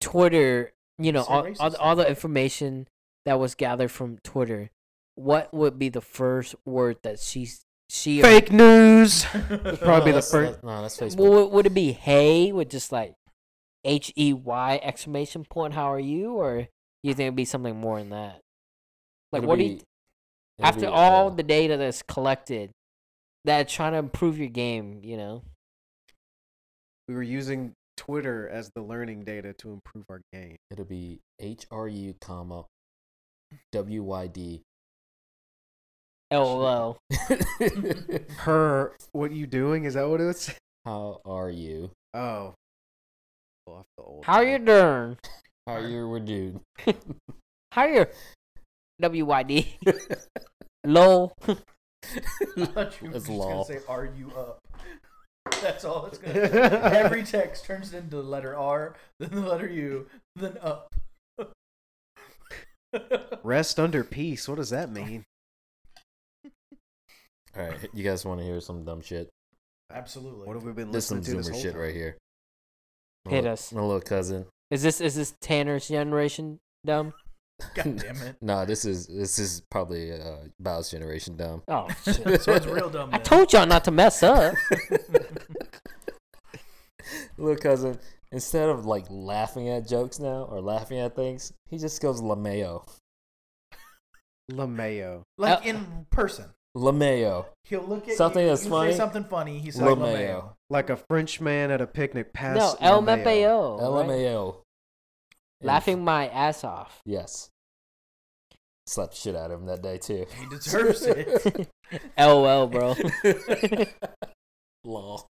[SPEAKER 2] Twitter, you know,
[SPEAKER 3] So
[SPEAKER 2] all, all,
[SPEAKER 3] racist.
[SPEAKER 2] all the information that was gathered from Twitter. What would be the first word that she she or-
[SPEAKER 4] Fake news. Probably the
[SPEAKER 1] that's-
[SPEAKER 4] first.
[SPEAKER 1] that- No, that's Facebook.
[SPEAKER 2] Well, would it be hey? Would just like H E Y exclamation point, how are you? Or you think it'd be something more than that? Like,
[SPEAKER 1] It'll
[SPEAKER 2] what do you,
[SPEAKER 1] be-
[SPEAKER 2] th-
[SPEAKER 1] it'll
[SPEAKER 2] after
[SPEAKER 1] be,
[SPEAKER 2] all
[SPEAKER 1] uh,
[SPEAKER 2] the data that's collected, that trying to improve your game, you know?
[SPEAKER 4] We were using Twitter as the learning data to improve our game.
[SPEAKER 1] It'll be H R U comma W Y D.
[SPEAKER 2] LOL.
[SPEAKER 4] Her, what you doing? Is that what it was?
[SPEAKER 1] How are you?
[SPEAKER 4] Oh. Well, I feel old
[SPEAKER 2] How
[SPEAKER 4] now.
[SPEAKER 2] you doing?
[SPEAKER 1] How are you, dude?
[SPEAKER 2] How you? WYD. Lol.
[SPEAKER 3] I thought you were
[SPEAKER 1] It's
[SPEAKER 3] just gonna
[SPEAKER 1] lol.
[SPEAKER 3] say, "Are you up?" That's all it's gonna. Be. Every text turns into the letter R, then the letter U, then up.
[SPEAKER 4] Rest under peace. What does that mean?
[SPEAKER 1] All right, you guys want to hear some dumb shit?
[SPEAKER 3] Absolutely.
[SPEAKER 4] What have we been
[SPEAKER 1] This some
[SPEAKER 4] listening to this
[SPEAKER 1] zoomer
[SPEAKER 4] whole
[SPEAKER 1] shit
[SPEAKER 4] time?
[SPEAKER 1] right here. My
[SPEAKER 2] Hit
[SPEAKER 1] little-
[SPEAKER 2] us.
[SPEAKER 1] my little cousin.
[SPEAKER 2] Is this is this Tanner's generation dumb?
[SPEAKER 3] God damn it!
[SPEAKER 1] Nah, this is this is probably uh, Bow's generation dumb.
[SPEAKER 2] Oh shit.
[SPEAKER 3] So it's real dumb.
[SPEAKER 2] I
[SPEAKER 3] then.
[SPEAKER 2] told y'all not to mess up.
[SPEAKER 1] little cousin, instead of like laughing at jokes now or laughing at things, he just goes lameo,
[SPEAKER 4] LaMayo.
[SPEAKER 3] like
[SPEAKER 2] Uh,
[SPEAKER 3] in person.
[SPEAKER 1] lameo.
[SPEAKER 3] He'll look at
[SPEAKER 1] Something
[SPEAKER 3] you,
[SPEAKER 1] that's
[SPEAKER 3] you
[SPEAKER 1] funny?
[SPEAKER 3] Say something funny. He says
[SPEAKER 1] Lil
[SPEAKER 3] LMAO.
[SPEAKER 1] Mayo.
[SPEAKER 4] Like a French man at a picnic pass.
[SPEAKER 2] no,
[SPEAKER 4] LMAO.
[SPEAKER 2] LMFAO. Right?
[SPEAKER 1] LMAO. And-
[SPEAKER 2] Laughing my ass off.
[SPEAKER 1] Yes. Slapped shit out of him that day too.
[SPEAKER 3] He deserves it.
[SPEAKER 2] LOL, bro.
[SPEAKER 1] Lol.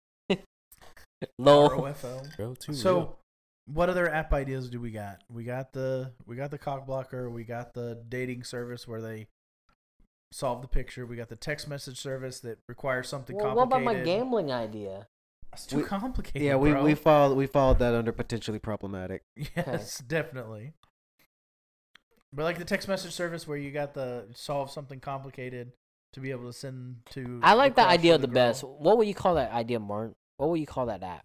[SPEAKER 2] Lol.
[SPEAKER 3] ROFO.
[SPEAKER 1] Bro, too
[SPEAKER 3] So, what other app ideas do we got? We got the we got the cock blocker. We got the dating service where they solve the picture. We got the text message service that requires something
[SPEAKER 2] Well, what about
[SPEAKER 3] complicated.
[SPEAKER 2] my gambling idea?
[SPEAKER 3] It's too
[SPEAKER 4] We-
[SPEAKER 3] complicated.
[SPEAKER 4] Yeah, we,
[SPEAKER 3] bro.
[SPEAKER 4] we followed we followed that under potentially problematic.
[SPEAKER 3] yes, definitely. But like the text message service where you got the solve something complicated to be able to send to.
[SPEAKER 2] I like
[SPEAKER 3] the
[SPEAKER 2] that
[SPEAKER 3] crush
[SPEAKER 2] idea
[SPEAKER 3] or
[SPEAKER 2] the
[SPEAKER 3] girl.
[SPEAKER 2] best. What would you call that idea, Martin? What would you call that app?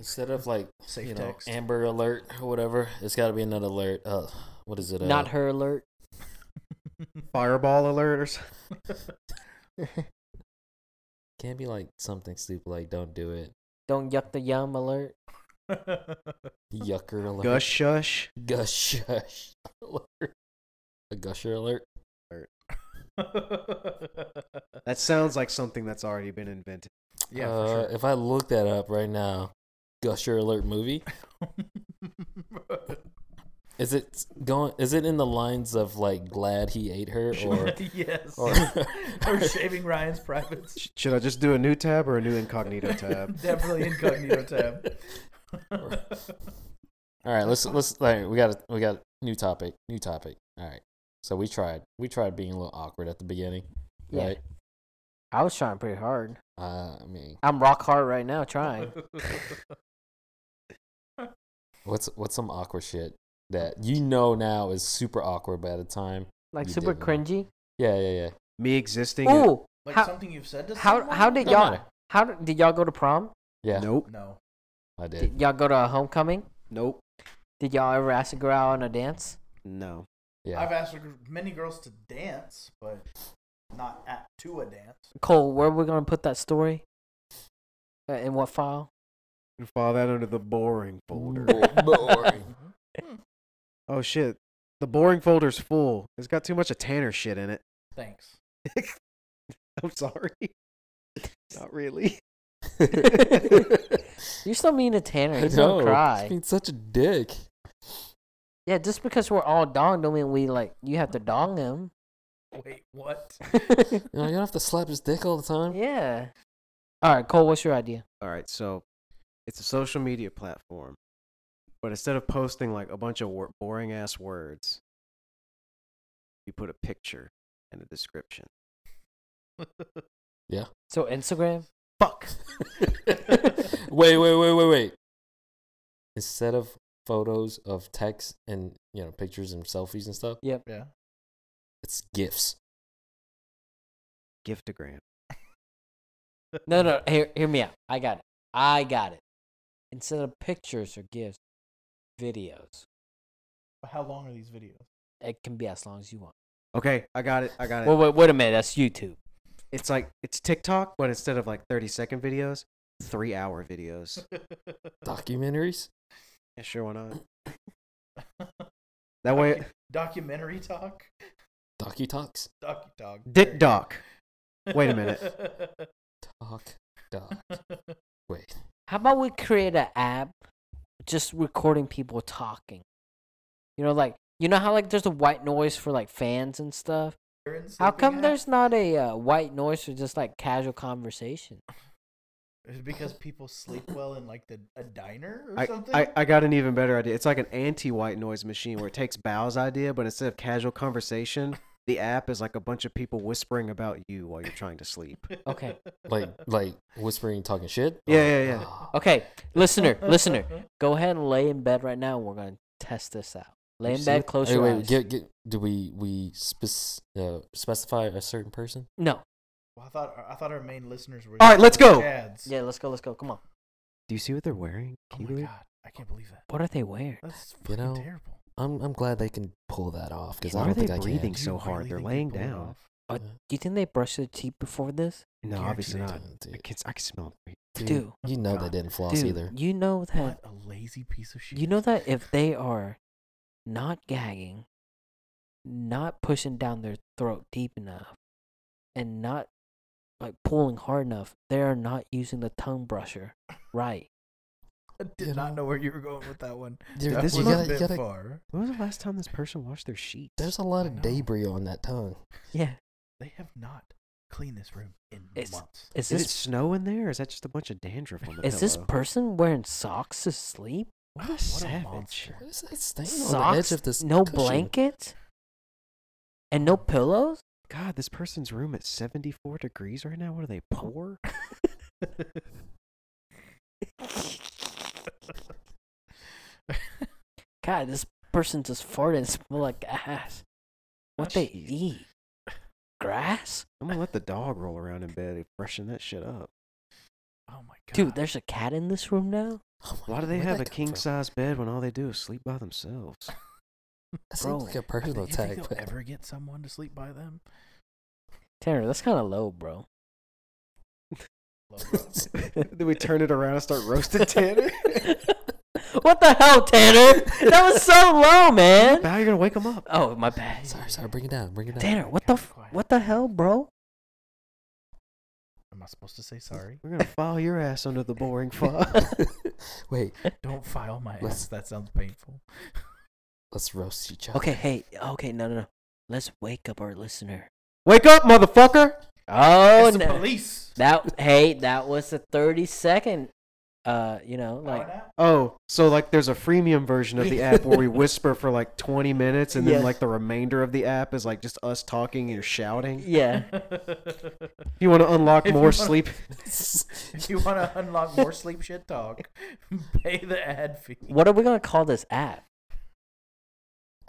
[SPEAKER 1] Instead of like
[SPEAKER 3] Safe
[SPEAKER 1] you know
[SPEAKER 3] text.
[SPEAKER 1] Amber Alert or whatever, it's got to be another alert. Uh, what is it? Uh,
[SPEAKER 2] Not her alert.
[SPEAKER 4] Fireball alert or something.
[SPEAKER 1] Can't be like something stupid like don't do it.
[SPEAKER 2] Don't yuck the yum alert.
[SPEAKER 1] Yucker alert.
[SPEAKER 4] Gush shush.
[SPEAKER 1] Gush. Gush alert. A gusher alert.
[SPEAKER 4] That sounds like something that's already been invented.
[SPEAKER 3] yeah,
[SPEAKER 1] uh, If I look that up right now, gusher alert movie.
[SPEAKER 4] Uh,
[SPEAKER 3] for sure.
[SPEAKER 1] Is it going? Is it in the lines of like glad he ate her or?
[SPEAKER 3] yes.
[SPEAKER 1] or
[SPEAKER 3] Or, shaving Ryan's privates.
[SPEAKER 4] Sh- Should I just do a new tab or a new incognito tab?
[SPEAKER 3] Definitely incognito tab.
[SPEAKER 1] All right, let's let's all right, we got a, we got a new topic, new topic. All right. So we tried we tried being a little awkward at the beginning,
[SPEAKER 2] Yeah.
[SPEAKER 1] right?
[SPEAKER 2] I was trying pretty hard.
[SPEAKER 1] Uh, I mean,
[SPEAKER 2] I'm rock hard right now trying.
[SPEAKER 1] what's what's some awkward shit that you know now is super awkward by the time?
[SPEAKER 2] Like
[SPEAKER 1] You
[SPEAKER 2] super
[SPEAKER 1] did well.
[SPEAKER 2] cringy.
[SPEAKER 1] Yeah, yeah,
[SPEAKER 4] Me existing. in-
[SPEAKER 2] Ooh.
[SPEAKER 3] like
[SPEAKER 2] How-
[SPEAKER 3] something you've said to
[SPEAKER 2] How
[SPEAKER 3] someone?
[SPEAKER 2] how did
[SPEAKER 1] Don't
[SPEAKER 2] y'all
[SPEAKER 1] matter.
[SPEAKER 2] how did, did y'all go to prom?
[SPEAKER 1] yeah. Yeah,
[SPEAKER 4] Nope.
[SPEAKER 3] No.
[SPEAKER 1] I did.
[SPEAKER 2] Did y'all go to a homecoming?
[SPEAKER 4] Nope.
[SPEAKER 2] Did y'all ever ask a girl out on a dance?
[SPEAKER 4] No.
[SPEAKER 1] Yeah.
[SPEAKER 3] I've asked many girls to dance, but not at to a dance.
[SPEAKER 2] Cole, where we gonna put that story? Uh, in what file?
[SPEAKER 4] And file that under the boring folder.
[SPEAKER 1] Boring.
[SPEAKER 4] Oh shit. The boring folder's full. It's got too much of Tanner shit in it.
[SPEAKER 3] Thanks.
[SPEAKER 4] I'm sorry. Not really.
[SPEAKER 2] You're still mean to Tanner.
[SPEAKER 1] I
[SPEAKER 2] He's gonna
[SPEAKER 1] know.
[SPEAKER 2] cry.
[SPEAKER 1] He's been such a dick.
[SPEAKER 2] Yeah, just because we're all dong don't mean we like you have to dong him.
[SPEAKER 3] Wait, what?
[SPEAKER 1] You, know, you don't have to slap his dick all the time.
[SPEAKER 2] yeah. All right, Cole. What's your idea?
[SPEAKER 4] All right, so it's a social media platform, but instead of posting like a bunch of wor- boring ass words, you put a picture and a description.
[SPEAKER 2] So Instagram.
[SPEAKER 3] Fuck.
[SPEAKER 1] wait, wait, wait, wait, wait. Instead of photos of text and you know pictures and selfies and stuff,
[SPEAKER 3] Yeah.
[SPEAKER 1] it's gifs.
[SPEAKER 4] Giftogram.
[SPEAKER 2] No, no. Hear, hear me out. I got it. I got it. Instead of pictures or gifts, videos.
[SPEAKER 3] How long are these videos?
[SPEAKER 2] It can be as long as you want.
[SPEAKER 4] Okay, I got it. I got it.
[SPEAKER 2] Well, wait, wait a minute. That's YouTube.
[SPEAKER 4] it's like it's TikTok, but instead of like 30 second videos, three hour videos.
[SPEAKER 1] Documentaries?
[SPEAKER 4] Yeah, sure, why not? That way,
[SPEAKER 3] Documentary talk.
[SPEAKER 1] Docu talks?
[SPEAKER 3] Docu talk.
[SPEAKER 4] Dick Doc. Wait a minute.
[SPEAKER 1] Talk. Doc. Wait.
[SPEAKER 2] How about we create an app just recording people talking? You know, like you know how like there's a white noise for like fans and stuff.
[SPEAKER 3] Aaron's
[SPEAKER 2] How
[SPEAKER 3] sleeping
[SPEAKER 2] come
[SPEAKER 3] app?
[SPEAKER 2] there's not a uh, white noise for just like casual conversation?
[SPEAKER 3] Is it because people sleep well in like the a diner or
[SPEAKER 4] I,
[SPEAKER 3] something?
[SPEAKER 4] I, I got an even better idea. It's like an anti white noise machine where it takes Bow's idea, but instead of casual conversation, the app is like a bunch of people whispering about you while you're trying to sleep.
[SPEAKER 2] Okay.
[SPEAKER 1] Like like whispering talking shit?
[SPEAKER 4] Yeah, yeah, yeah.
[SPEAKER 1] Oh,
[SPEAKER 2] Okay, listener, listener, go ahead and lay in bed right now. and We're gonna test this out. Lay in
[SPEAKER 4] See
[SPEAKER 2] bed,
[SPEAKER 4] it?
[SPEAKER 2] close
[SPEAKER 1] Hey,
[SPEAKER 2] your
[SPEAKER 1] wait,
[SPEAKER 2] eyes.
[SPEAKER 1] get, get, do we we spec- uh, specify a certain person?
[SPEAKER 2] No,
[SPEAKER 3] Well, I thought I thought our main listeners were.
[SPEAKER 4] All right, let's go.
[SPEAKER 3] Chads.
[SPEAKER 2] yeah, let's go, let's go. Come on.
[SPEAKER 4] Do you see what they're wearing?
[SPEAKER 3] Oh
[SPEAKER 4] Can
[SPEAKER 3] my
[SPEAKER 4] you believe-
[SPEAKER 3] god, I can't believe that.
[SPEAKER 2] What are they wearing?
[SPEAKER 3] That's
[SPEAKER 1] You
[SPEAKER 3] fucking
[SPEAKER 1] know,
[SPEAKER 3] terrible.
[SPEAKER 1] I'm I'm glad they can pull that off because
[SPEAKER 4] Why
[SPEAKER 1] I
[SPEAKER 4] are
[SPEAKER 1] don't think
[SPEAKER 4] they
[SPEAKER 1] I
[SPEAKER 4] breathing
[SPEAKER 1] can.
[SPEAKER 4] so
[SPEAKER 3] You
[SPEAKER 4] hard,
[SPEAKER 3] really
[SPEAKER 4] they're
[SPEAKER 3] think they
[SPEAKER 4] laying
[SPEAKER 3] pulled it
[SPEAKER 4] down.
[SPEAKER 3] off?
[SPEAKER 2] Uh, do you think they brush their teeth before this?
[SPEAKER 4] No,
[SPEAKER 3] Guaranteed
[SPEAKER 4] obviously
[SPEAKER 3] they
[SPEAKER 4] not.
[SPEAKER 1] didn't,
[SPEAKER 4] I
[SPEAKER 1] dude.
[SPEAKER 4] can, I can smell it.
[SPEAKER 1] Dude,
[SPEAKER 2] Dude.
[SPEAKER 1] you know they
[SPEAKER 3] God.
[SPEAKER 1] didn't floss
[SPEAKER 2] Dude,
[SPEAKER 1] either.
[SPEAKER 2] you know that
[SPEAKER 3] What a lazy piece of shit.
[SPEAKER 2] you know that if they are not gagging, not pushing down their throat deep enough, and not like pulling hard enough, they are not using the tongue brusher right.
[SPEAKER 3] I did
[SPEAKER 1] you
[SPEAKER 3] not
[SPEAKER 1] know-
[SPEAKER 3] know where you were going with that one.
[SPEAKER 1] Dude,
[SPEAKER 3] that
[SPEAKER 4] this
[SPEAKER 3] was
[SPEAKER 1] you
[SPEAKER 4] is-
[SPEAKER 1] gotta,
[SPEAKER 3] a bit
[SPEAKER 1] you gotta,
[SPEAKER 3] far.
[SPEAKER 4] When was the last time this person washed their sheets?
[SPEAKER 1] There's a lot
[SPEAKER 3] I
[SPEAKER 1] of
[SPEAKER 3] know.
[SPEAKER 1] debris on that tongue.
[SPEAKER 2] Yeah.
[SPEAKER 3] They have not cleaned this room in
[SPEAKER 2] It's-
[SPEAKER 3] months.
[SPEAKER 2] Is this
[SPEAKER 4] Is it snow in there, or is that just a bunch of dandruff on the
[SPEAKER 2] is this
[SPEAKER 4] pillow?
[SPEAKER 2] person wearing socks to sleep?
[SPEAKER 4] What a
[SPEAKER 3] What a
[SPEAKER 4] savage!
[SPEAKER 3] monster.
[SPEAKER 1] What is that stain on the edge
[SPEAKER 2] Socks?
[SPEAKER 1] of this?
[SPEAKER 2] no
[SPEAKER 1] cushion?
[SPEAKER 2] blankets? And no pillows?
[SPEAKER 4] God, this person's room at 74 degrees right now. What are they poor?
[SPEAKER 2] God, this person just farted and smelled like ass. What they
[SPEAKER 4] Jeez.
[SPEAKER 2] eat? Grass?
[SPEAKER 4] I'm gonna let the dog roll around in bed, and freshen that shit up.
[SPEAKER 3] Oh my god,
[SPEAKER 2] Dude, there's a cat in this room now?
[SPEAKER 1] Oh my
[SPEAKER 4] Why do
[SPEAKER 1] God,
[SPEAKER 4] they
[SPEAKER 1] where'd
[SPEAKER 4] have
[SPEAKER 1] that
[SPEAKER 4] a
[SPEAKER 1] come
[SPEAKER 4] king
[SPEAKER 1] from?
[SPEAKER 4] size bed when all they do is sleep by themselves?
[SPEAKER 1] That
[SPEAKER 2] Bro,
[SPEAKER 1] seems like a
[SPEAKER 3] Do
[SPEAKER 1] personal
[SPEAKER 3] you think
[SPEAKER 1] attack.
[SPEAKER 3] they'll
[SPEAKER 1] but-
[SPEAKER 3] ever get someone to sleep by them?
[SPEAKER 2] Tanner, that's kind of low, bro.
[SPEAKER 3] Love, bro.
[SPEAKER 4] then we turn it around and start roasting Tanner.
[SPEAKER 2] What the hell, Tanner? That was so low, man.
[SPEAKER 4] now you're gonna wake him up.
[SPEAKER 2] Oh, my bad.
[SPEAKER 1] Sorry, sorry. Bring it down. Bring it down.
[SPEAKER 2] Tanner, what the f- what the hell, bro?
[SPEAKER 3] Am I supposed to say sorry?
[SPEAKER 4] We're gonna file your ass under the boring file.
[SPEAKER 1] Wait,
[SPEAKER 3] Don't file my
[SPEAKER 1] Let's-
[SPEAKER 3] ass. That sounds painful.
[SPEAKER 1] let's roast each other.
[SPEAKER 2] Okay, hey, okay, no, no, no. Let's wake up our listener.
[SPEAKER 4] Wake up, motherfucker!
[SPEAKER 2] Oh
[SPEAKER 3] it's the
[SPEAKER 2] no.
[SPEAKER 3] police.
[SPEAKER 2] That hey, that was a 30 second uh, you know, like
[SPEAKER 3] Power nap?
[SPEAKER 4] Oh, so like there's a freemium version of the app where we whisper for like 20 minutes, and then
[SPEAKER 2] Yes.
[SPEAKER 4] like the remainder of the app is like just us talking and shouting.
[SPEAKER 2] yeah.
[SPEAKER 4] If you want to unlock
[SPEAKER 3] If you
[SPEAKER 4] more
[SPEAKER 3] wanna-
[SPEAKER 4] sleep,
[SPEAKER 3] if you want to unlock more sleep shit talk, pay the ad fee.
[SPEAKER 2] What are we going to call this app?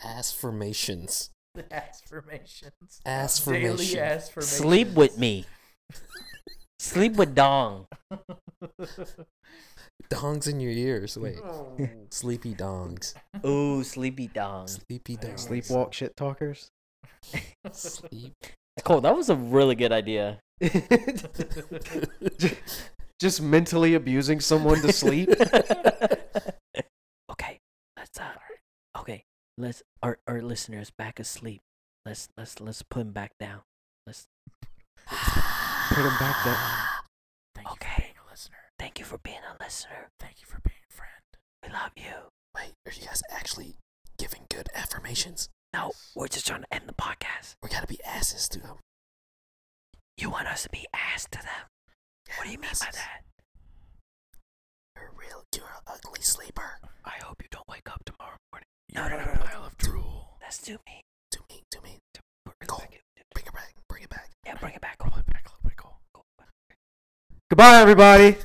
[SPEAKER 1] Affirmations.
[SPEAKER 3] Aspirations.
[SPEAKER 1] Affirmations.
[SPEAKER 3] Daily aspirations.
[SPEAKER 2] Sleep with me. Sleep with Dong.
[SPEAKER 1] Dongs in your ears. Wait.
[SPEAKER 3] Oh.
[SPEAKER 1] Sleepy dongs.
[SPEAKER 2] Ooh, sleepy Dong.
[SPEAKER 1] Sleepy dongs.
[SPEAKER 4] sleepwalk shit talkers.
[SPEAKER 1] Sleep.
[SPEAKER 2] Cole, that was a really good idea.
[SPEAKER 4] just mentally abusing someone to sleep.
[SPEAKER 2] okay, let's uh, okay, let's our our listeners back asleep. Let's let's let's put him back down.
[SPEAKER 4] Put him back down.
[SPEAKER 3] Thank you
[SPEAKER 2] Okay.
[SPEAKER 3] for being a listener.
[SPEAKER 2] Thank you for being a listener.
[SPEAKER 3] Thank you for being a friend.
[SPEAKER 2] We love you.
[SPEAKER 1] Wait, are you guys actually giving good affirmations?
[SPEAKER 2] No, we're just trying to end the podcast.
[SPEAKER 1] We gotta be asses to them.
[SPEAKER 2] You want us to be ass to them? What do you mean by that?
[SPEAKER 1] You're a real. You're an ugly sleeper.
[SPEAKER 2] I hope you don't wake up tomorrow morning.
[SPEAKER 3] You're
[SPEAKER 2] no, no,
[SPEAKER 3] in a
[SPEAKER 2] no, no.
[SPEAKER 3] pile of drool.
[SPEAKER 2] That's too me.
[SPEAKER 1] To me. To me.
[SPEAKER 2] Bring it
[SPEAKER 1] Cool.
[SPEAKER 2] back.
[SPEAKER 1] Bring it back. Bring it back.
[SPEAKER 2] Yeah, bring it back.
[SPEAKER 3] Roll it back a little bit, Cole.
[SPEAKER 4] Goodbye, everybody.